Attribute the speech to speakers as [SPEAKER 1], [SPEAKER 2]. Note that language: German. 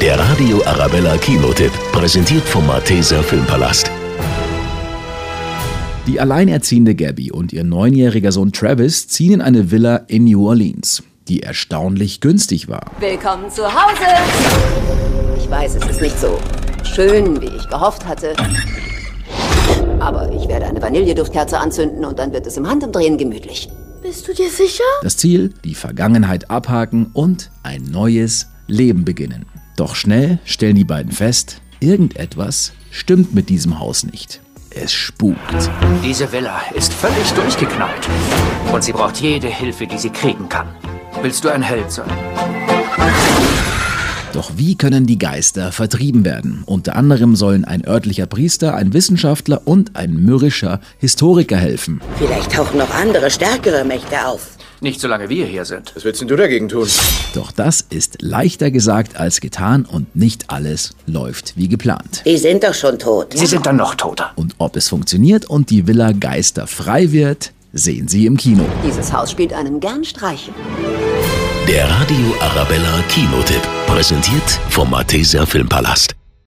[SPEAKER 1] Der Radio Arabella Kinotipp, präsentiert vom Malteser Filmpalast.
[SPEAKER 2] Die alleinerziehende Gabby und ihr neunjähriger Sohn Travis ziehen in eine Villa in New Orleans, die erstaunlich günstig war.
[SPEAKER 3] Willkommen zu Hause! Ich weiß, es ist nicht so schön, wie ich gehofft hatte. Aber ich werde eine Vanilleduftkerze anzünden und dann wird es im Handumdrehen gemütlich.
[SPEAKER 4] Bist du dir sicher?
[SPEAKER 2] Das Ziel, die Vergangenheit abhaken und ein neues Leben beginnen. Doch schnell stellen die beiden fest, irgendetwas stimmt mit diesem Haus nicht. Es spukt.
[SPEAKER 5] Diese Villa ist völlig durchgeknallt. Und sie braucht jede Hilfe, die sie kriegen kann. Willst du ein Held sein?
[SPEAKER 2] Doch wie können die Geister vertrieben werden? Unter anderem sollen ein örtlicher Priester, ein Wissenschaftler und ein mürrischer Historiker helfen.
[SPEAKER 6] Vielleicht tauchen noch andere, stärkere Mächte auf.
[SPEAKER 5] Nicht solange wir hier sind.
[SPEAKER 7] Was willst denn du dagegen tun?
[SPEAKER 2] Doch das ist leichter gesagt als getan und nicht alles läuft wie geplant.
[SPEAKER 6] Die sind doch schon tot.
[SPEAKER 5] Sie sind dann noch toter.
[SPEAKER 2] Und ob es funktioniert und die Villa geisterfrei wird, sehen Sie im Kino.
[SPEAKER 3] Dieses Haus spielt einem gern Streiche.
[SPEAKER 1] Der Radio Arabella Kinotipp, präsentiert vom Malteser Filmpalast.